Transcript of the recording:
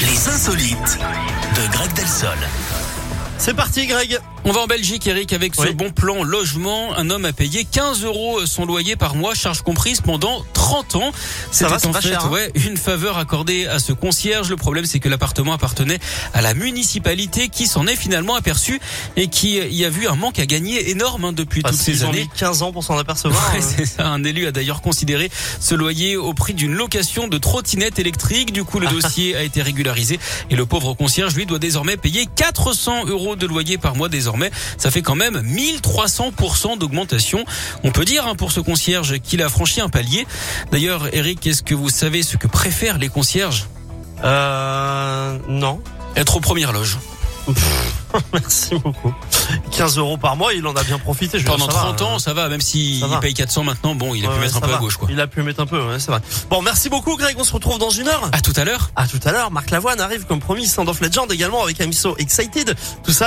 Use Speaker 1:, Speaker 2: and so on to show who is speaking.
Speaker 1: Les insolites de Greg Delsol.
Speaker 2: C'est parti Greg
Speaker 3: On va en Belgique, Eric, avec ce
Speaker 2: Oui.
Speaker 3: bon plan logement. Un homme a payé 15 euros son loyer par mois, charge comprise, pendant 30 ans.
Speaker 2: Ça va, c'est
Speaker 3: en
Speaker 2: pas
Speaker 3: fait
Speaker 2: cher, hein.
Speaker 3: ouais, une faveur accordée à ce concierge. Le problème, c'est que l'appartement appartenait à la municipalité qui s'en est finalement aperçu et qui y a vu un manque à gagner énorme hein, depuis
Speaker 2: Parce
Speaker 3: toutes ces
Speaker 2: qu'ils ont
Speaker 3: années.
Speaker 2: mis 15 ans pour s'en apercevoir.
Speaker 3: Ouais,
Speaker 2: euh.
Speaker 3: c'est ça. Un élu a d'ailleurs considéré ce loyer au prix d'une location de trottinette électrique. Du coup, le dossier a été régularisé et le pauvre concierge, lui, doit désormais payer 400 euros de loyer par mois désormais. Ça fait quand même 1300% d'augmentation. On peut dire hein, pour ce concierge qu'il a franchi un palier. D'ailleurs, Eric, est-ce que vous savez ce que préfèrent les concierges
Speaker 2: Euh, non.
Speaker 3: Être aux premières loges.
Speaker 2: Merci beaucoup. 15 euros par mois, il en a bien profité. Je veux dire,
Speaker 3: Pendant
Speaker 2: ça va,
Speaker 3: 30
Speaker 2: hein.
Speaker 3: ans, ça va, même s'il
Speaker 2: Ça va.
Speaker 3: paye 400 maintenant, bon, il a
Speaker 2: Ouais,
Speaker 3: pu
Speaker 2: ouais,
Speaker 3: mettre un
Speaker 2: ça
Speaker 3: peu à
Speaker 2: va.
Speaker 3: gauche, quoi.
Speaker 2: Il a pu mettre un peu, ouais, c'est vrai. Bon, merci beaucoup Greg, on se retrouve dans une heure.
Speaker 3: À tout à l'heure
Speaker 2: À tout à l'heure, Marc Lavoine arrive comme promis, Sand of Legend également avec Amiso Excited. Tout ça